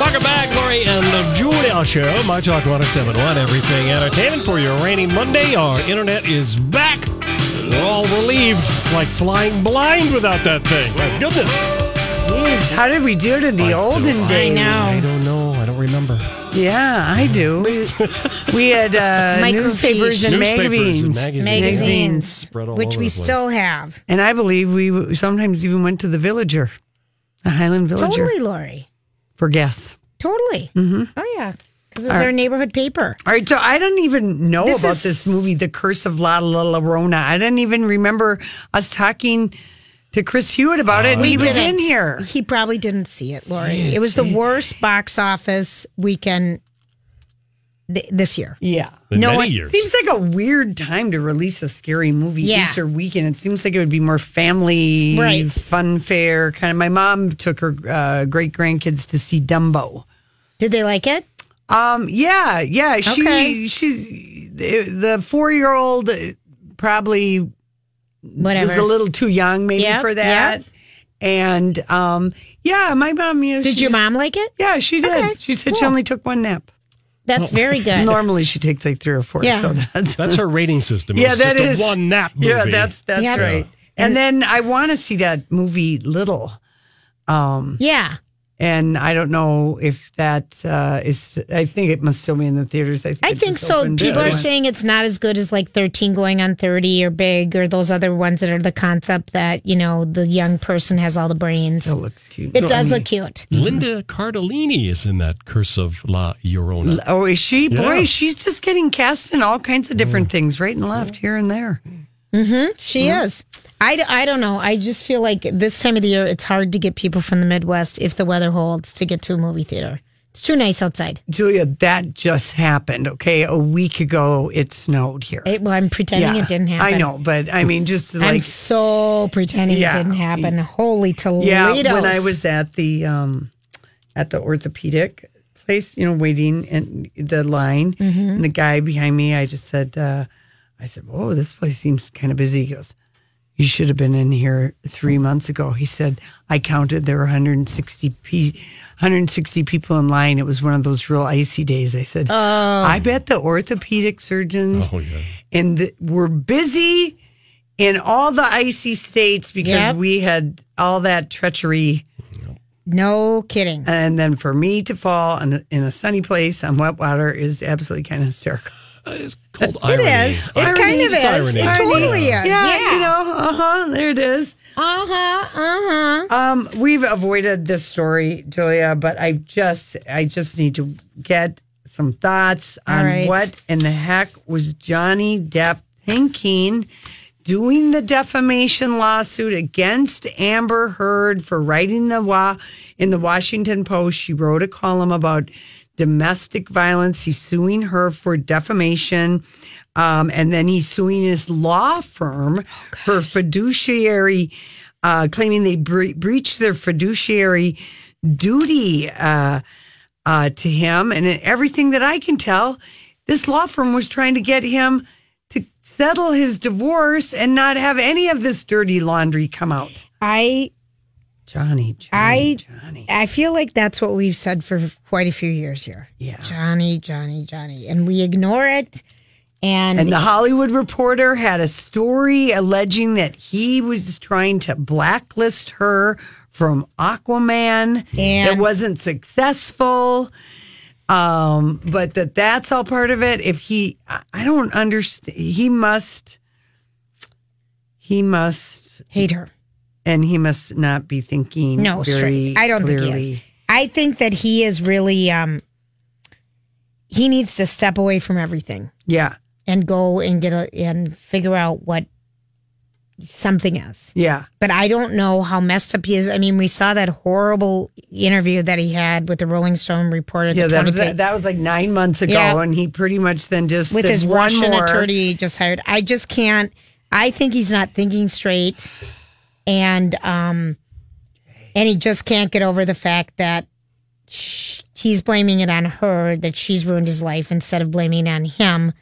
Welcome back, Lori and the Julia Show, My Talk 1071, everything entertainment for your rainy Monday. Our internet is back. We're all relieved. It's like flying blind without that thing. My goodness. Jeez, how did we do it in the olden days? I don't know. I don't remember. Yeah, I do. We had uh, Microfiche. newspapers Newspapers and and magazines. magazines. magazines, Spread all which over we the place. still have. And I believe we w- sometimes even went to the villager, the Highland Villager, Totally, Lori. for guests. Totally. Mm-hmm. Oh yeah, because it was our neighborhood paper. All right, so I don't even know This about is- this movie, The Curse of La La Llorona. I didn't even remember us talking to Chris Hewitt about it. and he was in didn't. here. He probably didn't see it, Lori. It was the worst box office weekend th- this year. Yeah. In No many one- years. Seems like a weird time to release a scary movie Yeah. Easter weekend. It seems like it would be more family Right. fun fair kind of. My mom took her uh, great grandkids to see Dumbo. Did they like it? Um, yeah, yeah. She Okay. she's eh, the four year old probably Whatever. was a little too young maybe Yep, for that. And um, yeah, my mom. You know, did she your just- mom like it? Yeah, she did. Okay, she said she cool. only took one nap. That's very good. Normally she takes like three or four. Yeah. So that's That's her rating system. yeah, it's that just is a one nap movie. Yeah, that's that's Yeah. right. And then I want to see that movie Little, yeah. and I don't know if that uh, is. I think it must still be in the theaters. I think, I it think just so. opened People today. are saying it's not as good as like 13 going on 30 or Big or those other ones that are the concept that, you know, the young person has all the brains. it looks cute. It does look cute. Linda Cardellini is in that Curse of La Llorona. Oh, is she? Yeah. Mm. Boy, she's just getting cast in all kinds of different things, right and left, here and there. She Mm-hmm. is. I, d- I don't know. I just feel like this time of the year, it's hard to get people from the Midwest, if the weather holds, to get to a movie theater. It's too nice outside. Julia, that just happened. Okay, a week ago it snowed here. It, well, I'm pretending it didn't happen. I know, but I mean, just I'm like so pretending Yeah. it didn't happen. Holy Toledo. Yeah, when I was at the um, at the orthopedic place, you know, waiting in the line, and the guy behind me, I just said, uh, I said, "Whoa, this place seems kind of busy." He goes, "You should have been in here three months ago." He said, "I counted there were 160 pe- 160 people in line. It was one of those real icy days." I said, "I bet the orthopedic surgeons." Oh, yeah. and th- we're busy in all the icy states because Yep. we had all that treachery. No kidding. And then for me to fall in, in a sunny place on wet water is absolutely kind of hysterical. Uh, It's called irony. is. It Irony. kind of It's is. irony. It totally Yeah. is. yeah. you know, uh huh. There it is. Uh huh. Uh huh. Um, we've avoided this story, Julia, but I just, I just need to get some thoughts All on right. what in the heck was Johnny Depp thinking doing the defamation lawsuit against Amber Heard for writing the wa in the Washington Post. She wrote a column about domestic violence. He's suing her for defamation. Um, and then he's suing his law firm for fiduciary, uh, claiming they bre- breached their fiduciary duty uh, uh, to him. And everything that I can tell, this law firm was trying to get him to settle his divorce and not have any of this dirty laundry come out. I Johnny, Johnny, I- Johnny. I feel like that's what we've said for quite a few years here. Yeah. Johnny, Johnny, Johnny, and we ignore it. And, And the Hollywood Reporter had a story alleging that he was trying to blacklist her from Aquaman. it And- wasn't successful. Um, but that that's all part of it. If he, I I don't understand. He must, he must, hate her. and he must not be thinking. No, very straight. I don't clearly. think he is. I think that he is really um he needs to step away from everything Yeah, and go and get a and figure out what something else. Yeah. But I don't know how messed up he is. I mean, we saw that horrible interview that he had with the Rolling Stone reporter. Yeah, the that 20 was, that, page- that was like nine months ago, Yeah. and he pretty much then just with did his one Russian more. attorney he just hired. I just can't. I think he's not thinking straight, and um, and he just can't get over the fact that sh he's blaming it on her that she's ruined his life instead of blaming it on him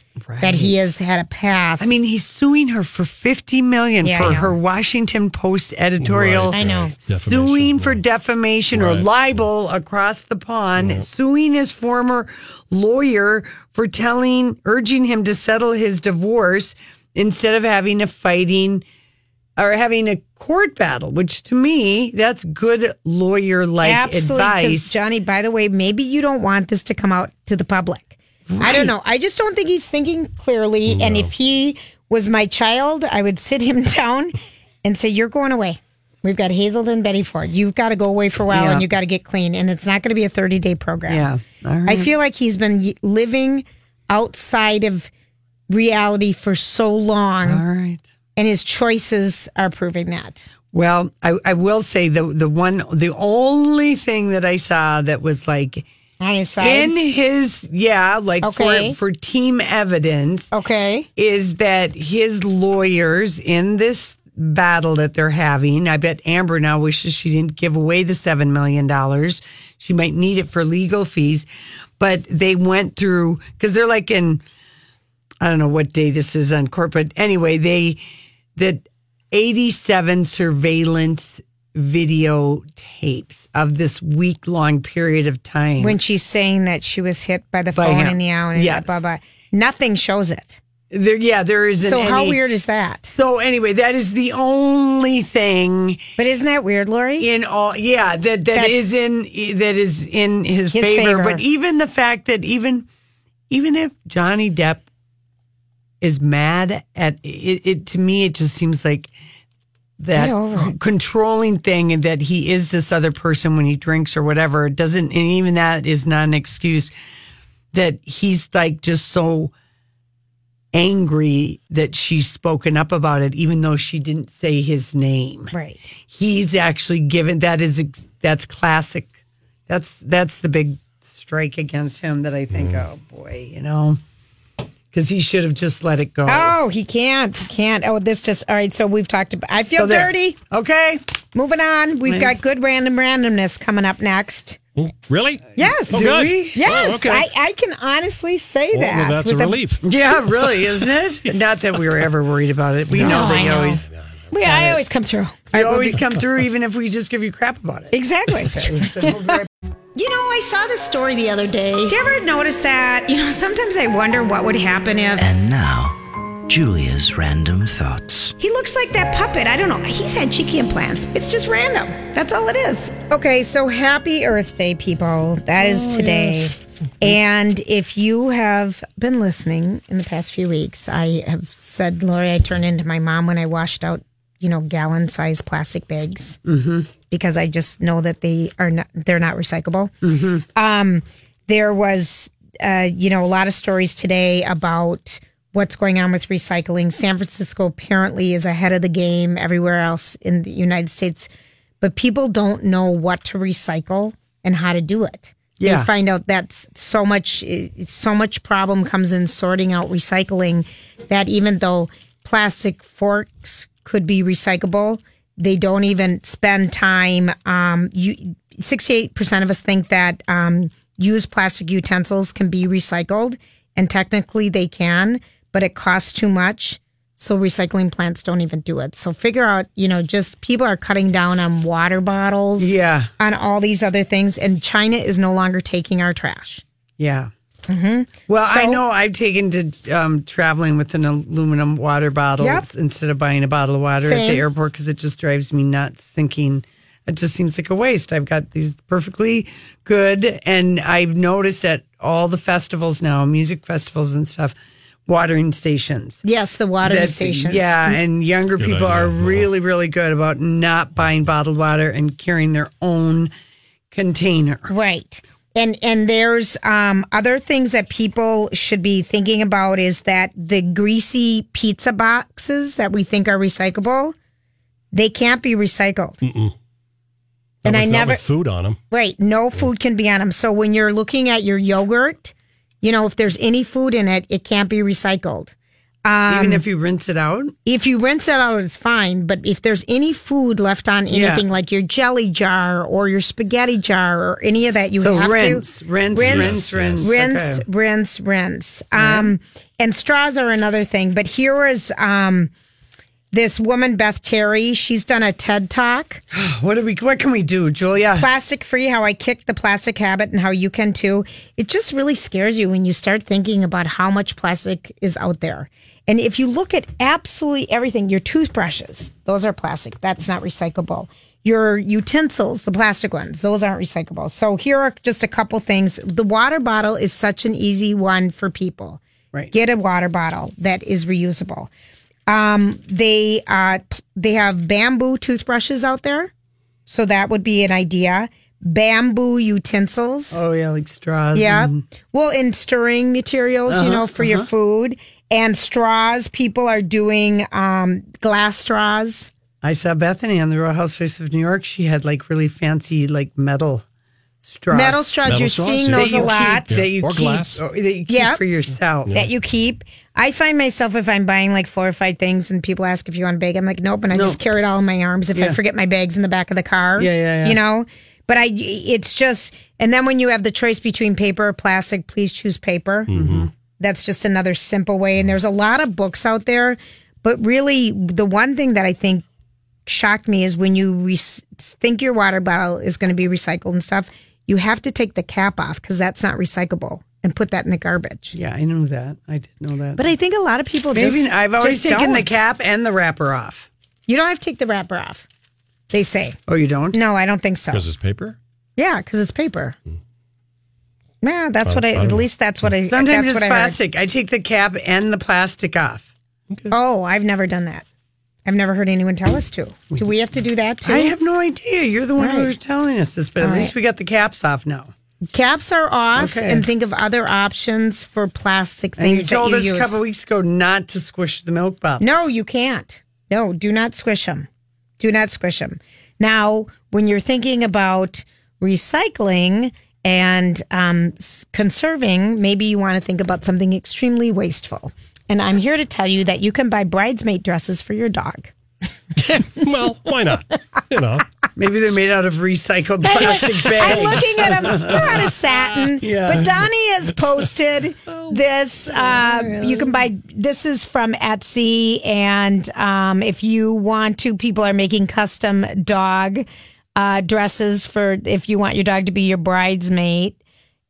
that he has had a path. I mean, he's suing her for fifty million Yeah, I for know. her Washington Post editorial. I know. Suing for defamation or Right. libel across the pond, suing his former lawyer for telling, urging him to settle his divorce instead of having a fighting or having a court battle, which to me, that's good lawyer like Absolutely, 'cause advice. Johnny. By the way, maybe you don't want this to come out to the public. I don't know. I just don't think he's thinking clearly. And if he was my child, I would sit him down and say, "You're going away. We've got Hazel and Betty Ford. You've got to go away for a while, Yeah. and you got to get clean. And it's not going to be a 30 day program. yeah. All right. I feel like he's been y- living outside of reality for so long, All right. and his choices are proving that. Well, I, I will say the the one the only thing that I saw that was like On his side. in his yeah like Okay. for for team evidence okay. is that his lawyers in this battle that they're having i bet amber now wishes she didn't give away the seven million dollars she might need it for legal fees but they went through because they're like in i don't know what day this is on court but anyway they that 87 surveillance video tapes of this week long period of time when she's saying that she was hit by the By phone him. in the hour and Yes. blah blah. Nothing shows it. there yeah there isn't So how any- weird is that? So anyway, that is the only thing But isn't that weird, Lori? in all yeah that That- that is in that is in his, His favor. favor. But even the fact that even even if Johnny Depp is mad at it, it to me, it just seems like that Get over controlling thing and that he is this other person when he drinks or whatever. It doesn't, and even that is not an excuse that he's like just so angry that she's spoken up about it, even though she didn't say his name Right. he's actually given that is ex- that's classic that's that's the big strike against him that i think oh boy you know because he should have just let it go Oh, he can't. He can't. Oh, this just all right. So we've talked about. I feel So there. dirty. okay Moving on. We've got good random randomness coming up next. Mm, Really? Yes. Oh, Do good. we? Yes. Oh, okay. I, I can honestly say Well, that. well, that's a with relief. yeah really isn't it not that we were ever worried about it we know No, that I you know. always We, I always come through. you always come through even if we just give you crap about it Exactly. So we'll be right You know, I saw this story the other day. Do you ever notice that? You know, sometimes I wonder what would happen if. And now, Julia's random thoughts. He looks like that puppet. I don't know. He's had cheeky implants. It's just random. That's all it is. Okay, so happy Earth Day, people. That is today. Mm-hmm. And if you have been listening in the past few weeks, I have said, Lori, I turned into my mom when I washed out, you know, gallon sized plastic bags because I just know that they are not, they're not recyclable. Um, there was, uh, you know, a lot of stories today about what's going on with recycling. San Francisco apparently is ahead of the game everywhere else in the United States, but people don't know what to recycle and how to do it. Yeah. They find out that's so much, it's so much problem comes in sorting out recycling that even though plastic forks could be recyclable, they don't even spend time. Um, you, 68% of us think that um, used plastic utensils can be recycled, and technically they can, but it costs too much. So recycling plants don't even do it. So figure out, you know, just people are cutting down on water bottles, Yeah. on all these other things, and China is no longer taking our trash. Yeah. Well, I Mm-hmm. So- know I've taken to um, traveling with an aluminum water bottle Yep. instead of buying a bottle of water at Same. the airport because it just drives me nuts thinking it just seems like a waste. I've got these perfectly good, and I've noticed at all the festivals now, music festivals and stuff, watering stations. Yes, the water That's- stations. Mm-hmm. Yeah, and younger idea. people are Yeah. really, really good about not buying bottled water and carrying their own container. Right. And and there's um, other things that people should be thinking about is that the greasy pizza boxes that we think are recyclable, they can't be recycled. Mm. Not And I with- not never- with food on them. Right. No food can be on them. So when you're looking at your yogurt, you know, if there's any food in it, it can't be recycled. Um, Even if you rinse it out, If you rinse it out, it's fine. But if there's any food left on Yeah. anything like your jelly jar or your spaghetti jar or any of that, you so have rinse, to rinse, rinse, rinse, rinse, rinse, Okay. rinse, rinse. Um, and straws are another thing. But here is um, this woman, Beth Terry. She's done a TED talk, What do we? What can we do, Julia? plastic free. How I kicked the plastic habit and how you can too. It just really scares you when you start thinking about how much plastic is out there. And if you look at absolutely everything, your toothbrushes, those are plastic. That's not recyclable. Your utensils, the plastic ones, those aren't recyclable. So here are just a couple things. The water bottle is such an easy one for people. Right. Get a water bottle that is reusable. Um, they uh, p- they have bamboo toothbrushes out there, so that would be an idea. Bamboo utensils. Oh yeah, like straws. Yeah. and- Mm-hmm. Well, in stirring materials, Uh-huh, you know, for your food and straws, people are doing um, glass straws. I saw Bethany on the Real Housewives of New York. She had like really fancy like metal straws. Metal straws, Metal you're straws, seeing yeah. those That a you lot. that you Or keep, glass. or that you keep Yeah. for yourself. That you keep. I find myself if I'm buying like four or five things and people ask if you want a bag, I'm like, nope. And I just carry it all in my arms. If I forget my bags in the back of the car, Yeah, yeah, yeah. you know. But I, it's just, and then when you have the choice between paper or plastic, please choose paper. Mm-hmm. That's just another simple way. And there's a lot of books out there, but really, the one thing that I think shocked me is when you re- think your water bottle is going to be recycled and stuff, you have to take the cap off because that's not recyclable and put that in the garbage. Yeah, I knew that. I did know that. But I think a lot of people Maybe just I've always just taken the don't. cap and the wrapper off. You don't have to take the wrapper off. They say Oh, you don't? no. I don't think so. Because it's paper? yeah, because it's paper. Yeah, that's what Mm. I. At least that's what I. Sometimes that's it's what I heard. plastic. I take the cap and the plastic off. Oh, I've never done that. I've never heard anyone tell us to. Do we have to do that too? I have no idea. You're the one who Right. was telling us this, but at All least right. we got the caps off now. Caps are off, Okay. and think of other options for plastic And you things told that us you a use. couple weeks ago not to squish the milk bottles. No, you can't. No, do not squish them. Do not squish them. Now, when you're thinking about recycling and um, s- conserving, maybe you want to think about something extremely wasteful. And I'm here to tell you that you can buy bridesmaid dresses for your dog. Well, why not? You know, Maybe they're made out of recycled plastic I'm bags. looking at them. They're out of satin. Yeah. But Donnie has posted this. Uh, you can buy this is from Etsy, and um, if you want to, people are making custom dog uh, dresses for if you want your dog to be your bridesmaid.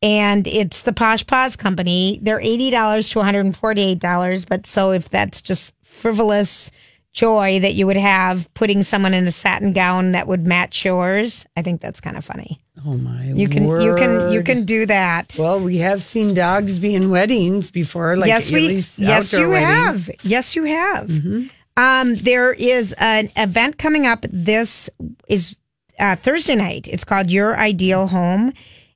And it's the Posh Paws Company. They're eighty dollars to one hundred and forty-eight dollars. But so if that's just frivolous joy that you would have putting someone in a satin gown that would match yours, I think that's kind of funny. oh my You can you can you can do that. Well, we have seen dogs be in weddings before, like yes, at we least yes outdoor you weddings. have. Yes, you have. Mm-hmm. Um, there is an event coming up. This is uh, Thursday night. It's called Your Ideal Home,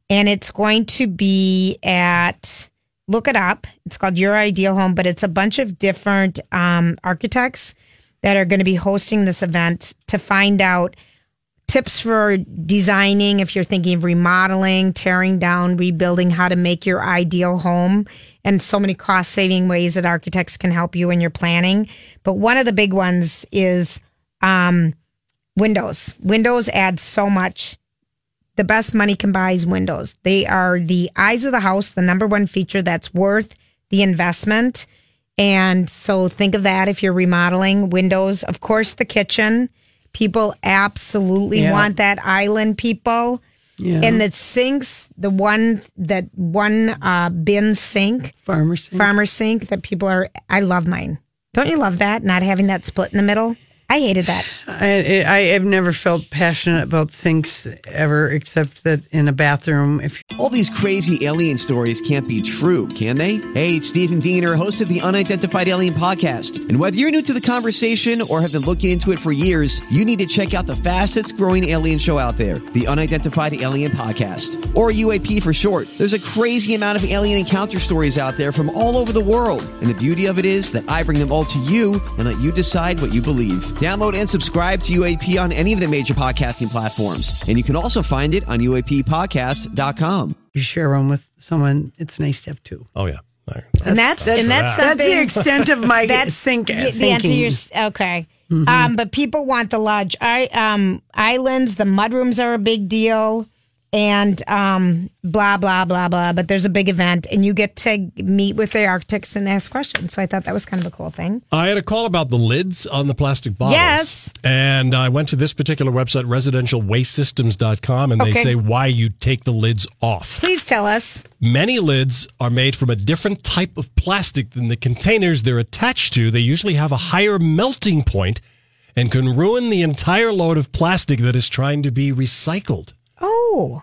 and it's going to be at. Look it up. It's called Your Ideal Home, but it's a bunch of different um, architects that are going to be hosting this event to find out tips for designing if you're thinking of remodeling, tearing down, rebuilding, how to make your ideal home, and so many cost saving ways that architects can help you in your planning. But one of the big ones is um, windows. Windows add so much. The best money can buy is windows. They are the eyes of the house, the number one feature that's worth the investment. And so think of that if you're remodeling windows. Of course, the kitchen. People absolutely Yeah. want that island, people. Yeah. And the sinks, the one that one uh, bin sink, farmers. farmer sink that people are, I love mine. Don't you love that? Not having that split in the middle? I hated that. I, I have never felt passionate about sinks ever, except that in a bathroom, if All these crazy alien stories can't be true, can they? Hey, it's Stephen Diener, host of the Unidentified Alien Podcast. And whether you're new to the conversation or have been looking into it for years, you need to check out the fastest growing alien show out there, the Unidentified Alien Podcast, or UAP for short. There's a crazy amount of alien encounter stories out there from all over the world. And the beauty of it is that I bring them all to you and let you decide what you believe. Download and subscribe to UAP on any of the major podcasting platforms. And you can also find it on UAPpodcast.com. you share one with someone, it's nice to have two. Oh yeah. All right. and that's, and that's something. That's the extent of my that's sink y- thinking. the answer. You're s- okay. Mm-hmm. Um, but people want the lodge. I um islands. The mudrooms are a big deal, and um blah blah blah blah. But there's a big event, and you get to meet with the architects and ask questions. So I thought that was kind of a cool thing. I had a call about the lids on the plastic bottles. Yes. And I went to this particular website, residentialwastesystems.com, and they Okay. say why you take the lids off. Please tell us. Many lids are made from a different type of plastic than the containers they're attached to. They usually have a higher melting point and can ruin the entire load of plastic that is trying to be recycled. Oh,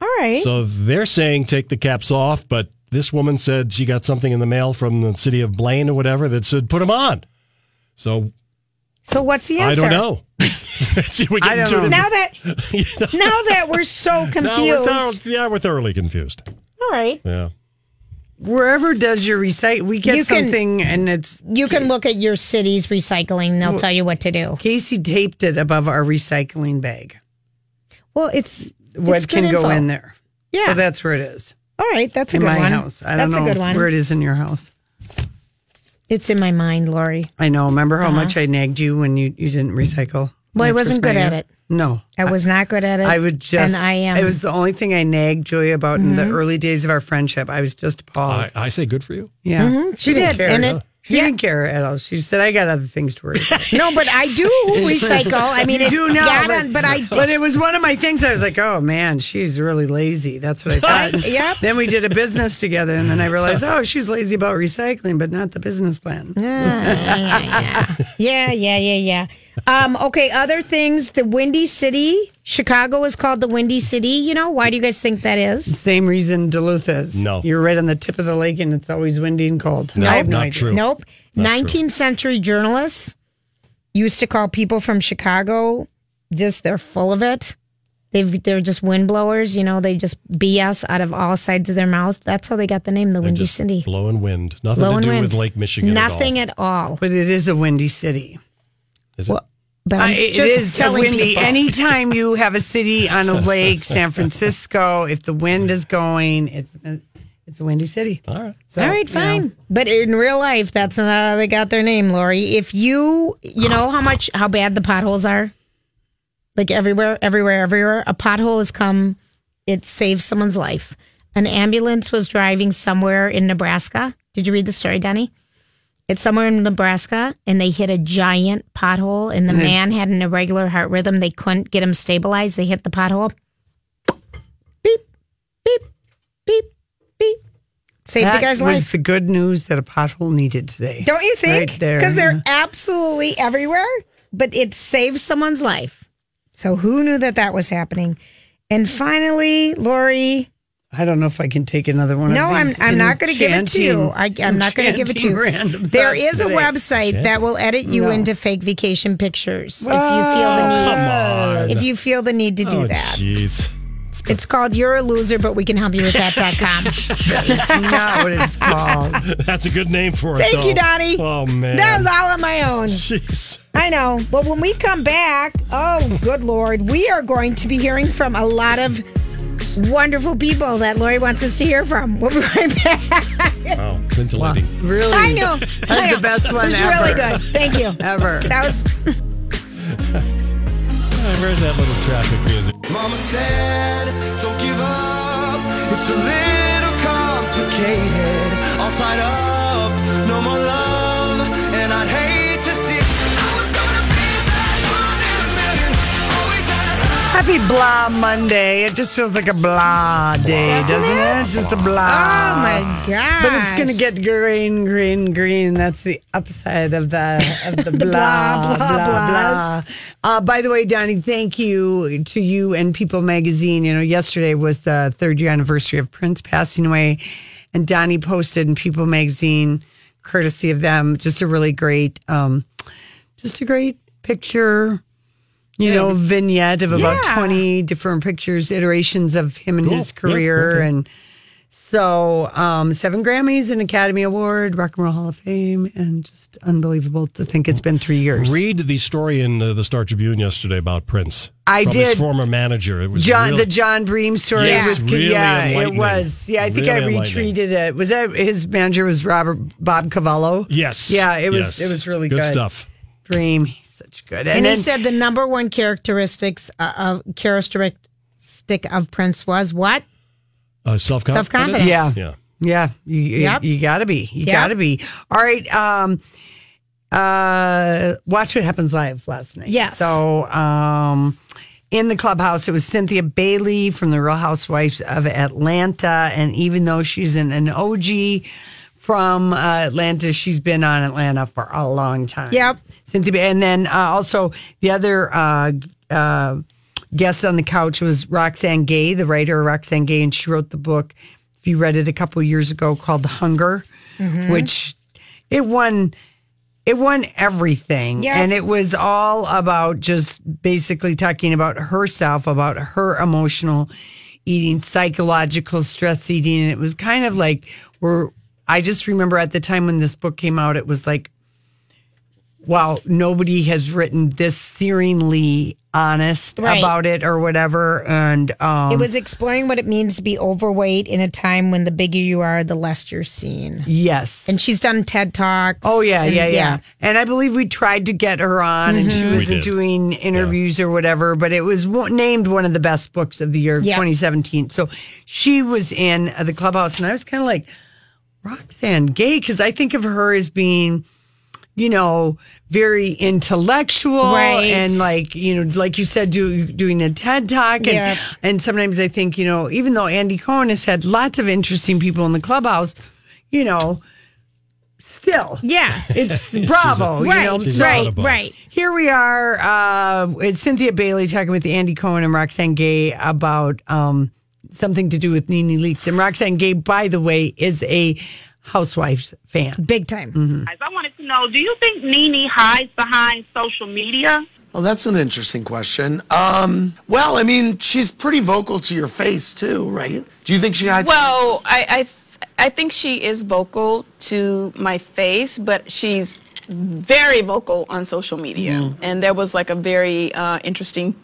all right. So they're saying take the caps off, but this woman said she got something in the mail from the city of Blaine or whatever that said put them on. So So what's the I answer? don't know. See, we I get don't into know. it. Now that now that we're No, so we're confused. thor- yeah, we're thoroughly confused. all right. Yeah. Wherever does your recite, we get You can- something, and it's You can look at your city's recycling. and They'll tell you what to do. Casey taped it above our recycling bag. Well, it's What it's good can go info. in there? Yeah. So that's where it is All right, that's a in good my one. house. I that's don't know a good one. where it is in your house. It's in my mind, Lori. I know. Remember how much I nagged you when you, you didn't recycle? Uh-huh. Well, I wasn't good at it. No. I was not good at it. I would just. and I am. Mm-hmm. It was the only thing I nagged Joy about in the early days of our friendship. I was just appalled. I, I say good for you. yeah, She didn't did, care. and it- she didn't care at all. She said, "I got other things to worry." about. no, but I do recycle. I mean, You it, do now, yeah, I but- don't- but I did. But it was one of my things. I was like, "Oh man, she's really lazy." That's what I thought. Yep. Then we did a business together, and then I realized, "Oh, she's lazy about recycling, but not the business plan." Yeah, yeah, yeah, yeah. Um, okay, other things. The Windy City, Chicago is called the Windy City. You know why do you guys think that is? Same reason Duluth is. No. you're right on the tip of the lake, and it's always windy and cold. I have no not idea. true. Nope. Nineteenth century journalists used to call people from Chicago just they're full of it. They've, they're just windblowers, you know. They just BS out of all sides of their mouth. That's how they got the name, the Windy Just City. Blowing wind. Nothing Blowing to do wind. with Lake Michigan. Nothing At at all. But it is a windy city. all. Is it? But I, I'm Uh, it just is a telling windy. people. Anytime you have a city on a lake, San Francisco, if the wind is going, it's it's a windy city. All right. So, all right, you know. fine. But in real life, that's not how they got their name, Lori. If you, you know how much, how bad the potholes are? Like everywhere, everywhere, everywhere. A pothole has come, it saved someone's life. An ambulance was driving somewhere in Nebraska. Did you read the story, Danny? It's somewhere in Nebraska, and they hit a giant pothole, and the Mm-hmm. man had an irregular heart rhythm. They couldn't get him stabilized. They hit the pothole. Beep, beep, beep, beep. Saved That the guy's was life. the good news that a pothole needed today. Don't you think? Right there. Because they're absolutely everywhere, but it saves someone's life. So who knew that that was happening? And finally, Lori. I don't know if I can take another one. No, of I'm these I'm not going to give it to you. I, enchanting- I'm not going to give it to enchanting you. random There thoughts is a today. website that will edit you into fake vacation pictures if you feel the Oh, Come on. need. If you feel the need to do oh, that, jeez. it's called "You're a Loser," but we can help you with that.com. That's not what it's called. That's a good name for it. Thank you, though. Donnie. Oh, man. that was all on my own. Jeez. I know. But when we come back, oh, good Lord, we are going to be hearing from a lot of wonderful people that Lori wants us to hear from. We'll be right back. Wow. Scintillating. Really, I know. I know. the best one It was ever. really good. Thank you. ever. That was. oh Hey, Where's that little traffic music? Mama said, don't give up. It's a little complicated. All tied up, no more love. And I'd hate to see. I was gonna be that one in a million. Always had hope. Happy blah Monday. It just feels like a blah day, doesn't it? It's just a blah. Oh my god! Ah. But it's gonna get green, green, green. That's the upside of the of the blah blah Blah, blah, blah blah. blahs. Uh, by the way, Donnie, thank you to you and People Magazine. You know, yesterday was the third year anniversary of Prince passing away, and Donnie posted in People Magazine, courtesy of them, just a really great, um, just a great picture. You know, vignette of about Yeah. twenty different pictures, iterations of him and his career, and. So, um, seven Grammys, an Academy Award, Rock and Roll Hall of Fame, and just unbelievable to think it's been three years. Read the story in uh, the Star Tribune yesterday about Prince. I from His did. former manager. It was John, really- the John Bream story Yes, with really yeah, it enlightening. was yeah. I think I Really enlightening. retweeted it. Was that his manager was Robert Bob Cavallo? Yes. yeah, it was. yes. It was really good good, stuff. Bream, he's such good. And, he then- said the number one characteristics uh, of characteristic of Prince was what? Uh, self confidence. Self-confidence. Yeah. Yeah. Yeah, you, you- Yep. you gotta be. You Yep. gotta be. All right. Um, uh, watch what happens live last night. Yes. So, um, in the clubhouse, it was Cynthia Bailey from the Real Housewives of Atlanta, and even though she's an, an OG from uh, Atlanta, she's been on Atlanta for a long time. Yep. Cynthia, Ba- and then uh, also the other uh, uh, guest on the couch was Roxanne Gay, the writer Roxanne Gay, and she wrote the book. If you read it a couple years ago, called The Hunger, which it won. It won everything, Yeah. and it was all about just basically talking about herself, about her emotional eating, psychological stress eating, and it was kind of like we're. I just remember at the time when this book came out, it was like wow, nobody has written this searingly honest Right. about it or whatever. And um, It was exploring what it means to be overweight in a time when the bigger you are, the less you're seen. yes. And she's done TED Talks. Oh yeah, and- Mm-hmm. yeah, yeah, And I believe we tried to get her on, and she wasn't did. doing interviews or whatever. But it was one, named one of the best books of the year, of Yeah. 2017. So she was in uh, the clubhouse, and I was kind of like Roxanne Gay because I think of her as being, you know, very intellectual Right. and like you know, like you said, do, doing a TED talk, and Yeah. and sometimes I think you know, even though Andy Cohen has had lots of interesting people in the clubhouse, you know. Still, Yeah. it's bravo, you know. right, She's right, audible. right. Here we are. Uh, it's Cynthia Bailey talking with Andy Cohen and Roxanne Gay about um, something to do with Nene Leaks. And Roxanne Gay, by the way, is a Housewives fan. Big time. Mm-hmm. I wanted to know, do you think Nene hides behind social media? Well, Oh, that's an interesting question. Um, well, I mean, she's pretty vocal to your face too, right? Do you think she hides? Well, I I, th- I think she is vocal to my face, but she's very vocal on social media. Mm-hmm. And there was like a very uh, interesting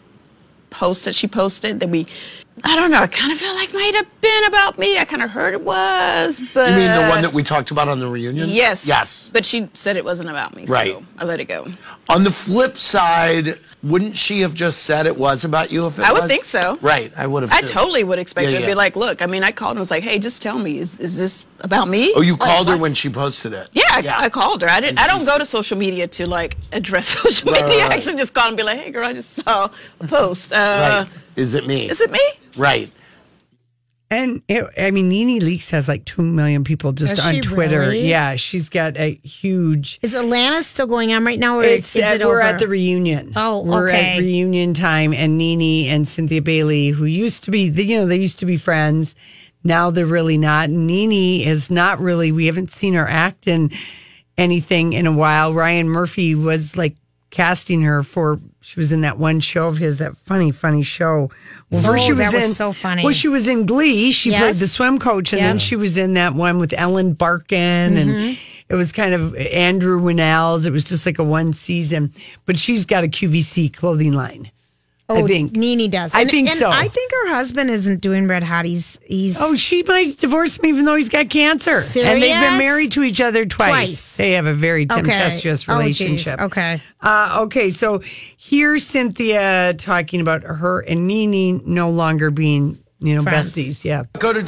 post that she posted that we. I don't know. I kind of felt like might have been about me. I kind of heard it was, but you mean the one that we talked about on the reunion? yes, Yes. But she said it wasn't about me, Right. so I let it go. on the flip side, wouldn't she have just said it was about you if it I would was? think so. Right, I would have. I too. totally would expect Yeah, her to yeah. be like, look, I mean, I called and was like, hey, just tell me, is, is this about me? Oh, you Like, called her what- when she posted it. Yeah, I, I called her. I didn't. And I don't she's- uh, go to social media to like address social Right, media. right, I right. actually just call and be like, hey, girl, I just saw a post. Uh, Right. Is it me? Is it me? Right. And it, I mean, Nene Leaks has like 2 million people just Does on she Twitter. really? Yeah, she's got a huge. Is Atlanta still going on right now, or It's is at- it over? we're at the reunion. Oh, we're okay. at reunion time, and Nene and Cynthia Bailey, who used to be, the, you know, they used to be friends. Now they're really not. Nene is not really. We haven't seen her act in anything in a while. Ryan Murphy was like casting her for. She was in that one show of his, that funny, funny show. Well, Oh, that was so funny. Well, she was in Glee. She played Yes. the swim coach, and then she was in that one with Ellen Barkin, Mm-hmm. and it was kind of Andrew Winnell's. It was just like a one season, but she's got a QVC clothing line. oh, I think. Nene does. I And- think and so. I think her husband isn't doing Red Hot. He's he's Oh, she might divorce him even though he's got cancer, and they've been Serious? married to each other twice. Twice. They have a very okay. tempestuous Oh, geez. relationship. okay, Uh, okay, so here's Cynthia talking about her and Nene no longer being you know, Friends. besties. Yeah. Go to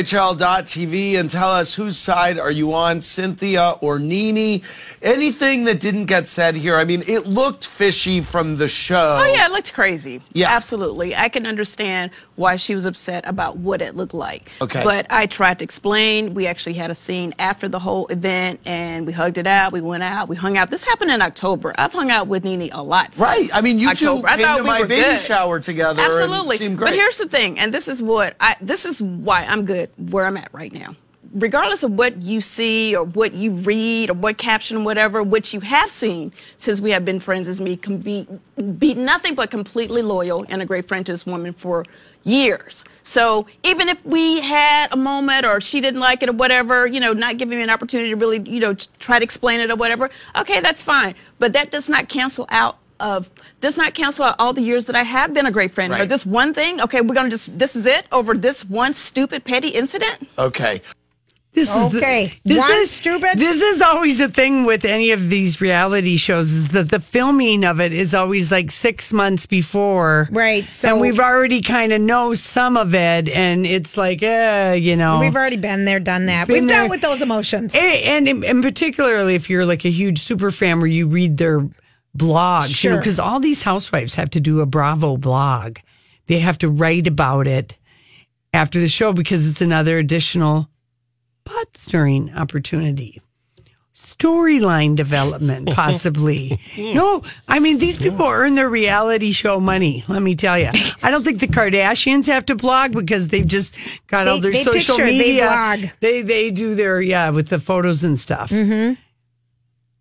WWHL.tv and tell us whose side are you on, Cynthia or Nini? Anything that didn't get said here. I mean, it looked fishy from the show. Oh yeah, it looked crazy. Yeah. absolutely. I can understand why she was upset about what it looked like. Okay. but I tried to explain. We actually had a scene after the whole event, and we hugged it out. We went out. We hung out. This happened in October. I've hung out with Nene a lot. since Right. I mean, you two October. I came thought to we my were baby good. shower together. Absolutely. And seemed great. But here's the thing, and this is what I this is why I'm good where I'm at right now. Regardless of what you see or what you read or what caption, whatever, what you have seen since we have been friends is me can be, be nothing but completely loyal and a great friend to this woman for years. So even if we had a moment or she didn't like it or whatever, you know, not giving me an opportunity to really, you know, t- try to explain it or whatever, okay, that's fine. But that does not cancel out of does not cancel out all the years that I have been a great friend. Or Right. this one thing, okay, we're gonna just this is it over this one stupid petty incident. Okay. This is okay. this One is stupid. This is always the thing with any of these reality shows is that the filming of it is always like six months before, right? so- and we've already kind of know some of it, and it's like, eh, you know, We've already been there, done that. Been We've there. dealt with those emotions. and, and and particularly if you're like a huge super fan where you read their blogs, you know, Sure. because all these housewives have to do a Bravo blog. They have to write about it after the show because it's another additional butt stirring opportunity. Storyline development, possibly. no, I mean, these people earn their reality show money, let me tell you. I don't think the Kardashians have to blog because they've just got all They- their they social picture, they media. blog. They they do their yeah with the photos and stuff. Mm-hmm.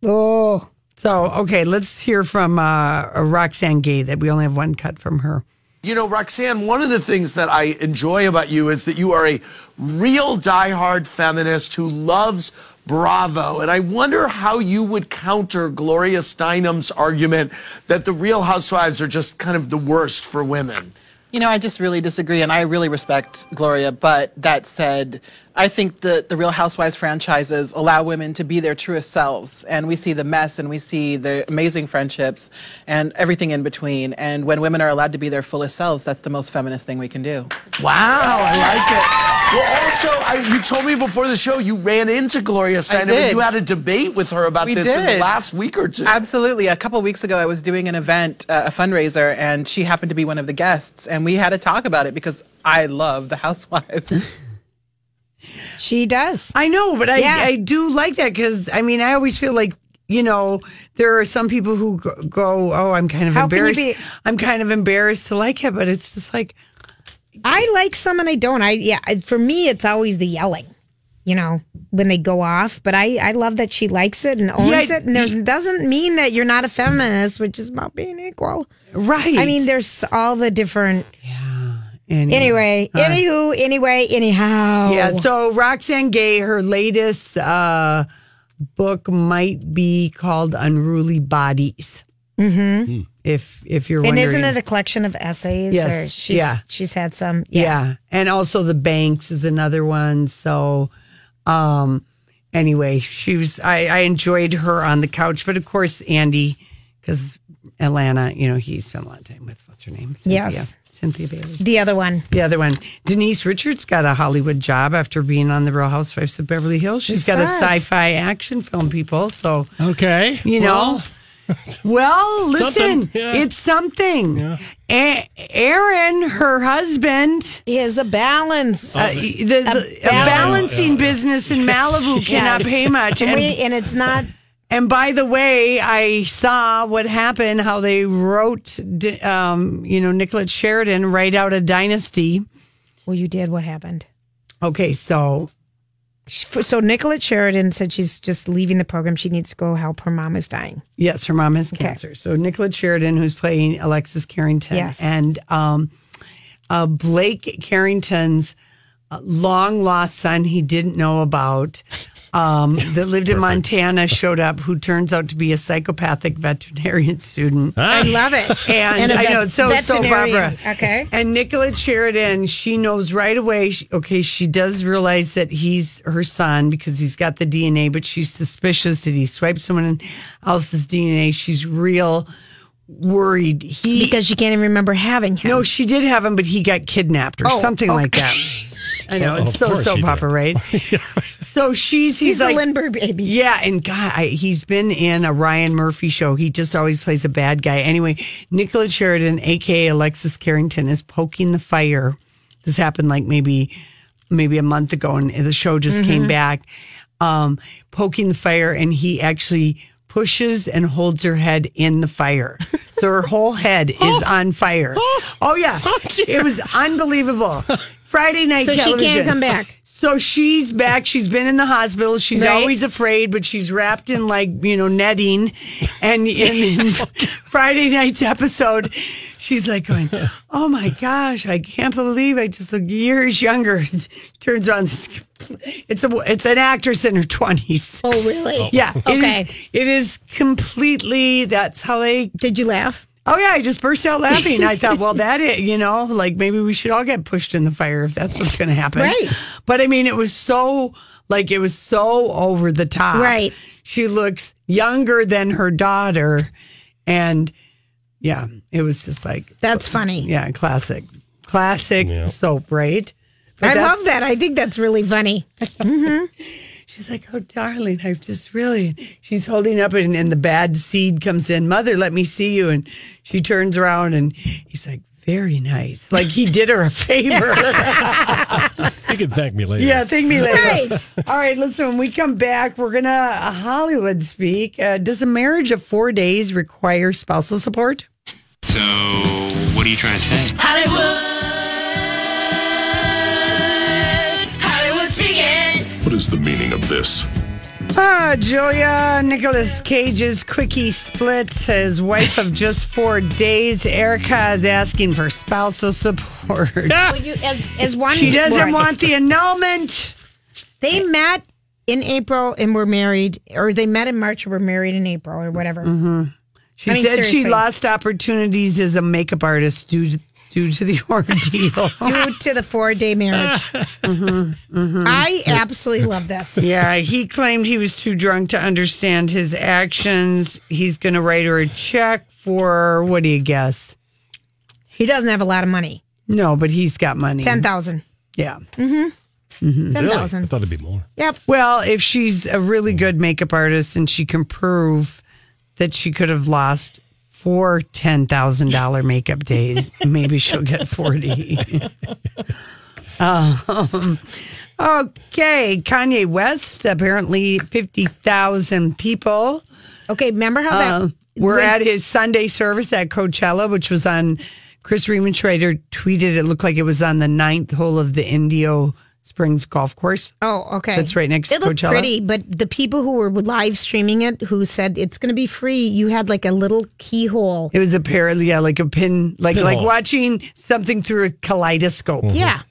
Oh, So okay, let's hear from uh, Roxanne Gay. That we only have one cut from her. You know, Roxanne, one of the things that I enjoy about you is that you are a real diehard feminist who loves Bravo. And I wonder how you would counter Gloria Steinem's argument that the real housewives are just kind of the worst for women. You know, I just really disagree, and I really respect Gloria. But that said, I think that the Real Housewives franchises allow women to be their truest selves, and we see the mess, and we see the amazing friendships, and everything in between. And when women are allowed to be their fullest selves, that's the most feminist thing we can do. Wow, I like it. Well, also, I, you told me before the show you ran into Gloria Steinem and did. you had a debate with her about We this in the did. last week or two. Absolutely. A couple weeks ago, I was doing an event, uh, a fundraiser, and she happened to be one of the guests, and we had a talk about it because I love the Housewives. she does. I know, but I Yeah. I do like that because I mean I always feel like you know there are some people who go- go oh I'm kind of How can you embarrassed be- I'm kind of embarrassed to like it, but it's just like I like some and I don't. I yeah. I- For me, it's always the yelling. You know when they go off, but I I love that she likes it and owns Yeah, it, and there's doesn't mean that you're not a feminist, which is about being equal. Right. I mean, there's all the different. anyway. Anyway, All right. anywho, anyway, anyhow. Yeah, so Roxanne Gay, her latest uh, book might be called Unruly Bodies. Mm-hmm. If if you're and wondering, isn't it a collection of essays? Yes, Or she's, yeah. She's had some. yeah. and also the Banks is another one. So, um, anyway, she was. I, I enjoyed her on the couch, but of course Andy, because Atlanta, you know, he spent a lot of time with what's her name, Cynthia, Yes. Cynthia Bailey. The other one. The other one, Denise Richards got a Hollywood job after being on The Real Housewives of Beverly Hills. She's got a sucks. sci-fi action film, people. So Okay. you know, well, Something, listen, yeah. it's something. A- Aaron, her husband, is a balance. Uh, the, the- a, balance. balancing business in Malibu cannot Yes. pay much, And, and we, and it's not. and by the way, I saw what happened, how they wrote, di- um, you know, Nicolette Sheridan write out a dynasty. Well, you did. What happened? Okay, so She- So Nicolette Sheridan said she's just leaving the program. She needs to go help her mom is dying. Yes, her mom has cancer. So Nicolette Sheridan, who's playing Alexis Carrington, Yes. and um, uh, Blake Carrington's uh, long lost son he didn't know about um, that lived in Montana showed up, who turns out to be a psychopathic veterinarian student. Ah, I love it. Ah. And, a I vet- know it's so so veterinarian. Barbara. Okay. And Nicolette Sheridan, she knows right away. She, okay, she does realize that he's her son because he's got the DNA, but she's suspicious. Did he swipe someone else's DNA? She's real worried. He because she can't even remember having him. No, she did have him, but he got kidnapped or Oh, something like okay. that. I know Well, it's of so course soap he did. opera, right? So she's he's, He's a like Lindbergh baby. Yeah, and God, I, he's been in a Ryan Murphy show. He just always plays a bad guy. Anyway, Nicola Sheridan, aka Alexis Carrington, is poking the fire. This happened like maybe maybe a month ago, and the show just came Mhm. back. Um, poking the fire, and he actually pushes and holds her head in the fire. So her whole head is on fire. Oh yeah, it was unbelievable. Friday night So she can't television. come back. So she's back. She's been in the hospital. She's Right. always afraid, but she's wrapped in like you know netting. And in Friday night's episode, she's like going, "Oh my gosh, I can't believe I just look years younger." Turns around, it's a it's an actress in her twenties. Oh really? Yeah. it is- Okay. it is completely. That's how they. Did you laugh? Oh yeah, I just burst out laughing. I thought, well, that is, you know, like maybe we should all get pushed in the fire if that's what's going to happen. Right. But I mean, it was so like it was so over the top. Right. She looks younger than her daughter, and yeah, it was just like That's funny. yeah, classic, classic soap, right? But I that's- love that. I think that's really funny. hmm She's like, oh, darling, I've just really. She's holding up, and, and the bad seed comes in. Mother, let me see you. And she turns around, and he's like, very nice. Like he did her a favor. You can thank me later. yeah, thank me later. Right. All right, listen, when we come back, we're going to uh, Hollywood speak. Uh, does a marriage of four days require spousal support? So, what are you trying to say? Hollywood. Hollywood speaking. What is the meaning of this? Ah, Julia, Nicholas Cage's quickie split. His wife of just four days, Erica, is asking for spousal support. as, as one, She doesn't would. want the annulment. They met in April and were married, or they met in March and were married in April, or whatever. Mm-hmm. She I mean, said she seriously. lost opportunities as a makeup artist due to, due to the ordeal. due to the four day marriage. Mm-hmm, I absolutely love this. yeah, he claimed he was too drunk to understand his actions. He's going to write her a check for what do you guess? He doesn't have a lot of money. No, but he's got money. Ten thousand. Yeah. Mm-hmm. Mhm. Ten thousand. thought it'd be more. Yep. Well, if she's a really good makeup artist and she can prove that she could have lost four ten thousand dollar makeup days, maybe she'll get forty. um, okay, Kanye West apparently fifty thousand people. Okay, remember how that- we're at his Sunday service at Coachella, which was on. Chris Riemann Schrader tweeted it looked like it was on the ninth hole of the Indio Springs golf course. Oh, okay. That's right next it to looked Coachella. pretty, but the people who were live streaming it, who said it's going to be free, you had like a little keyhole. It was a pair, yeah, like a pin, like like Pinhole. watching something through a kaleidoscope. Yeah.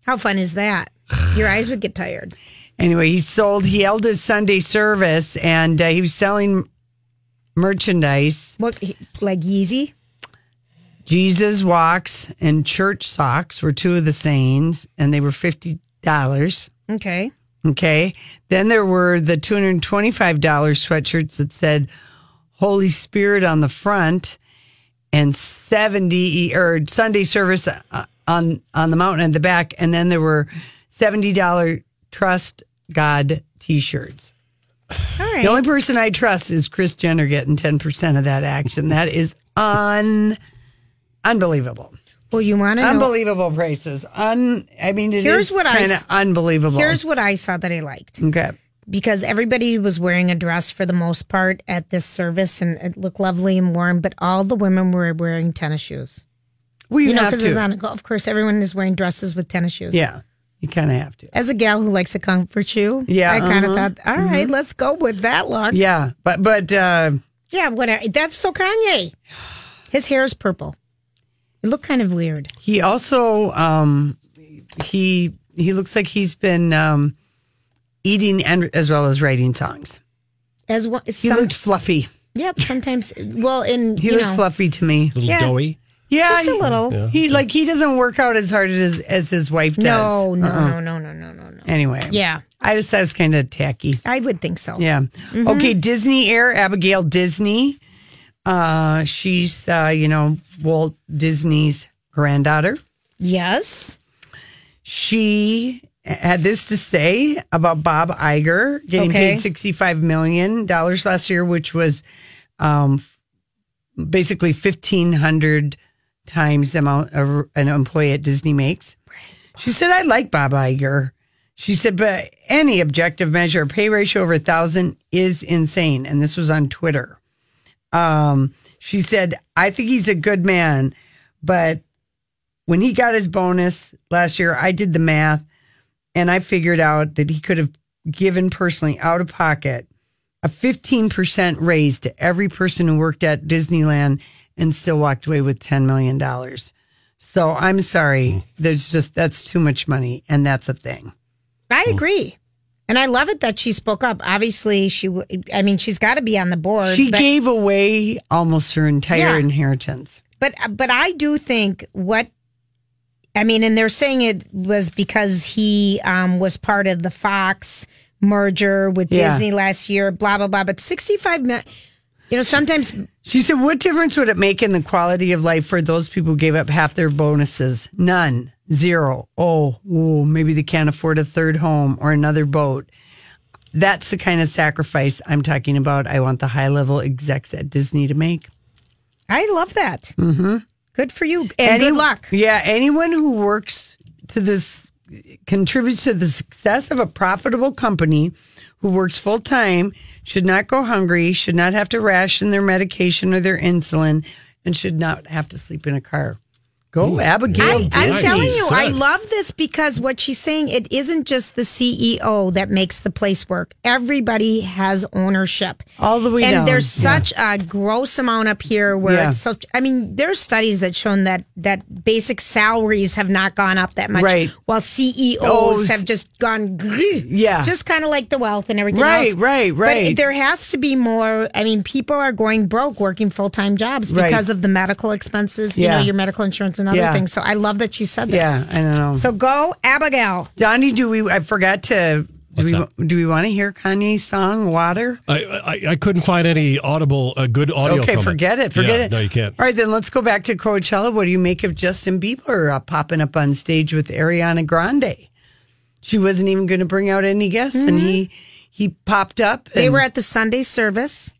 How fun is that? Your eyes would get tired. Anyway, he sold. He held his Sunday service, and uh, he was selling merchandise. What, like Yeezy? Jesus walks and church socks were two of the sayings, and they were fifty dollars. Okay. Okay. Then there were the two hundred and twenty-five dollar sweatshirts that said "Holy Spirit" on the front, and seventy e-" or Sunday service uh, on on the mountain at the back. And then there were seventy dollar Trust God T-shirts. All right. The only person I trust is Chris Jenner getting ten percent of that action. That is un unbelievable. Well, you want to know. Unbelievable prices. Un. I mean, it is Here's what I kinda s- unbelievable. Here's what I saw that I liked. Okay. because everybody was wearing a dress for the most part at this service and it looked lovely and warm, but all the women were wearing tennis shoes. Well, you know, have because it's to. on a golf course, everyone is wearing dresses with tennis shoes. Yeah. You kind of have to. As a gal who likes a comfort shoe, Yeah, I kind of uh-huh. thought, all right, let's go with that look. Yeah, but but uh, Yeah, whatever. That's so Kanye. His hair is purple. It looked kind of weird. he also um, he he looks like he's been um, eating and as well as writing songs. As one, He some, looked fluffy. yep. Sometimes, well, in He you looked know, fluffy to me. Little Yeah. doughy? Yeah, Just a he- little. Yeah. He like he doesn't work out as hard as as his wife does. No, no, Uh-uh. no, no, no, no, no, no. Anyway, Yeah, I just thought it was kind of tacky. I would think so. Yeah. Mhm. Okay, Disney Air, Abigail Disney. Uh, she's, uh, you know, Walt Disney's granddaughter. Yes. She had this to say about Bob Iger getting Okay. paid sixty-five million dollars last year, which was um, basically fifteen hundred times the amount of an employee at Disney makes. She said, "I like Bob Iger." She said, "But any objective measure, pay ratio over a thousand is insane." And this was on Twitter. Um, she said, "I think he's a good man, but when he got his bonus last year, I did the math and I figured out that he could have given personally out of pocket a 15% raise to every person who worked at Disneyland and still walked away with $10 million. So I'm sorry. There's just, that's too much money. And that's a thing. I Oh. agree. And I love it that she spoke up. Obviously, she, w- I mean, she's got to be on the board. She but- gave away almost her entire Yeah. inheritance. But but I do think what I mean, and they're saying it was because he um, was part of the Fox merger with Yeah. Disney last year. Blah blah blah. But sixty five million. You know, sometimes She said, What difference would it make in the quality of life for those people who gave up half their bonuses? None. Zero. Oh, ooh, maybe they can't afford a third home or another boat. That's the kind of sacrifice I'm talking about. I want the high level execs at Disney to make. I love that. Mm-hmm. Good for you. And good luck. Yeah, anyone who works to this contributes to the success of a profitable company who works full time should not go hungry, should not have to ration their medication or their insulin, and should not have to sleep in a car. Go, Abigail. I, I'm Disney. telling you, I love this because what she's saying, it isn't just the CEO that makes the place work. Everybody has ownership. All the way And down. there's Yeah. such a gross amount up here where Yeah. it's such, I mean, there's studies that shown that, that basic salaries have not gone up that much. Right. While CEOs Those- have just gone, Yeah. Just kind of like the wealth and everything Right, else. right, But right. there has to be more. I mean, people are going broke working full time jobs Right. because of the medical expenses, you know, Yeah. your medical insurance and other Yeah. things. So I love that she said this. Yeah, I don't know. So go, Abigail. Donnie, do we? I forgot to. Do we, do we want to hear Kanye's song "Water"? I, I I couldn't find any audible uh, good audio. okay, from forget it. Forget Yeah, it. No, you can't. All right, then let's go back to Coachella. What do you make of Justin Bieber uh, popping up on stage with Ariana Grande? She wasn't even going to bring out any guests, and he he popped up. Mm-hmm. They and- were at the Sunday service,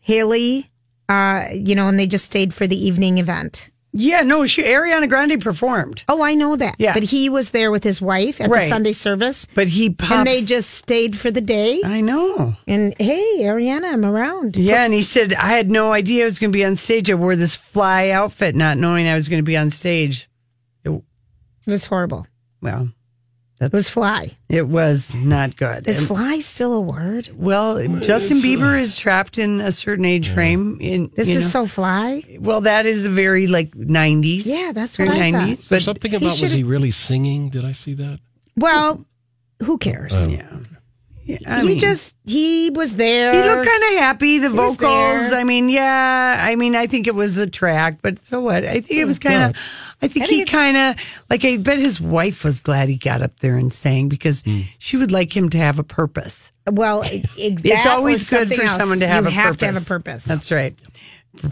Haley, uh, you know, and they just stayed for the evening event. yeah, no, she Ariana Grande performed, Oh, I know that. Yeah. But he was there with his wife at Right. the Sunday service. but he pops, And they just stayed for the day. I know. And hey, Ariana, I'm around. Yeah, and he said I had no idea I was going to be on stage. I wore this fly outfit, not knowing I was going to be on stage. It, It was horrible. well, It was fly. it was not good. Is And- fly still a word? Well, Justin uh, Bieber is trapped in a certain age frame. In This you is know. so fly. well, that is very like nineties. Yeah, that's what I thought. Is there something about was should've- he really singing? Did I see that? Well, who cares? yeah. yeah I he mean, just he was there. he looked kind of happy. The He was vocals. there. I mean, yeah. I mean, I think it was a track, but so what? I think it was kind of. I think I think he it's- kind of like. I bet his wife was glad he got up there and sang because she would like him to have a purpose. well, it, it's always good for someone to have you a have purpose. to have a purpose. That's right.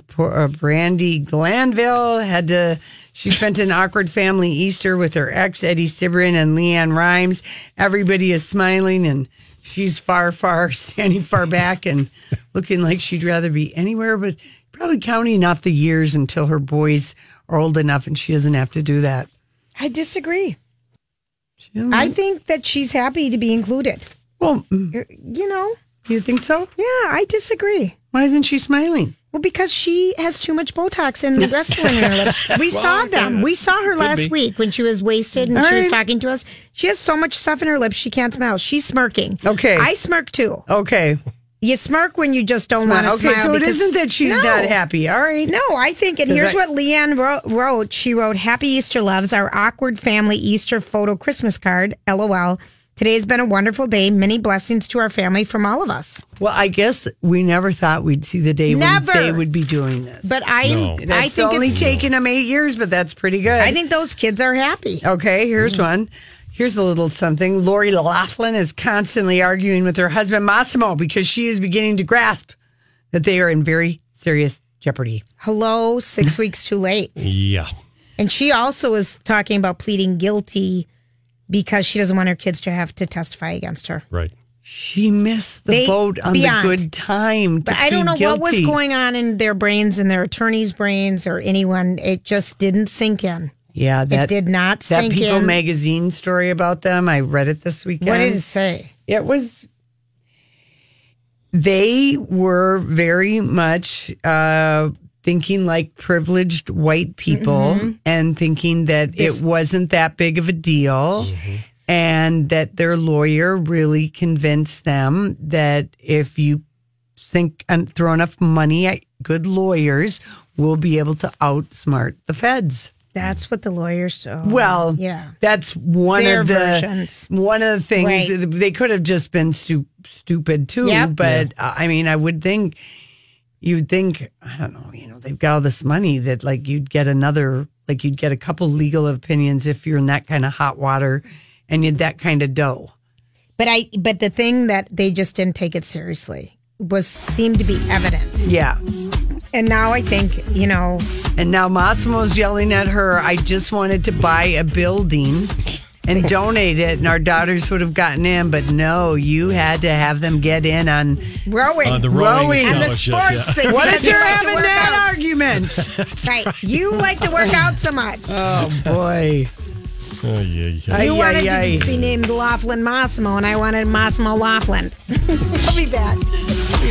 Poor, uh, Brandy Glanville had to. She spent an awkward family Easter with her ex Eddie Cibrian and Leanne Rhymes. Everybody is smiling, and she's far, far standing far back and looking like she'd rather be anywhere, but probably counting off the years until her boys are old enough and she doesn't have to do that. I disagree. She doesn't I like- think that she's happy to be included. well, mm, You know? you think so? Yeah, I disagree. Why isn't she smiling? Well, because she has too much Botox and wrestling in her lips. We saw them. We saw her last be. week when she was wasted and All she was right. talking to us. She has so much stuff in her lips she can't smile. She's smirking. Okay. I smirk too. Okay. You smirk when you just don't want to Okay, smile. so it because- isn't that she's No. not happy. All right. No, I think, and 'Cause here's I- what Leanne wrote, wrote. She wrote, Happy Easter, loves, our awkward family Easter photo Christmas card. LOL. Today's been a wonderful day. Many blessings to our family from all of us. Well, I guess we never thought we'd see the day Never. when they would be doing this. But I, No. I That's think only it's, taken them eight years, but that's pretty good. I think Mm-hmm. those kids are happy. Okay, here's one. Here's a little something. Lori Laughlin is constantly arguing with her husband Massimo because she is beginning to grasp that they are in very serious Jeopardy. Hello, six weeks too late. Yeah. And she also is talking about pleading guilty because she doesn't want her kids to have to testify against her. Right. She missed the They- boat on beyond. the good time. To But I don't plead know what was guilty. going on in their brains and their attorneys' brains or anyone. It just didn't sink in. Yeah, that did not that sink People in. magazine story about them. I read it this weekend. What did it say? It was. They were very much uh, thinking like privileged white people and thinking that This- it wasn't that big of a deal. And that their lawyer really convinced them that if you think and throw enough money at good lawyers, we'll be able to outsmart the feds. That's what the lawyers. Oh, Well, yeah. that's one Their of the versions. one of the things Right. they could have just been stu- stupid too. Yep. But uh, I mean, I would think you'd think I don't know. You know, they've got all this money that like you'd get another like you'd get a couple legal opinions if you're in that kind of hot water and you'd that kind of dough. But I. But the thing that they just didn't take it seriously was seemed to be evident. Yeah. And now I think you know. And now Massimo's yelling at her, I just wanted to buy a building and donate it, and our daughters would have gotten in, but no, you had to have them get in on Rowing. On Uh, the rowing scholarship, yeah. What if kids you're like to having work that out. argument? Right. You like to work out so much. Oh, boy. Oh, yeah, yeah. you Ay, wanted ay, to ay. be named Laughlin Massimo, and I wanted Massimo Laughlin. I'll be back.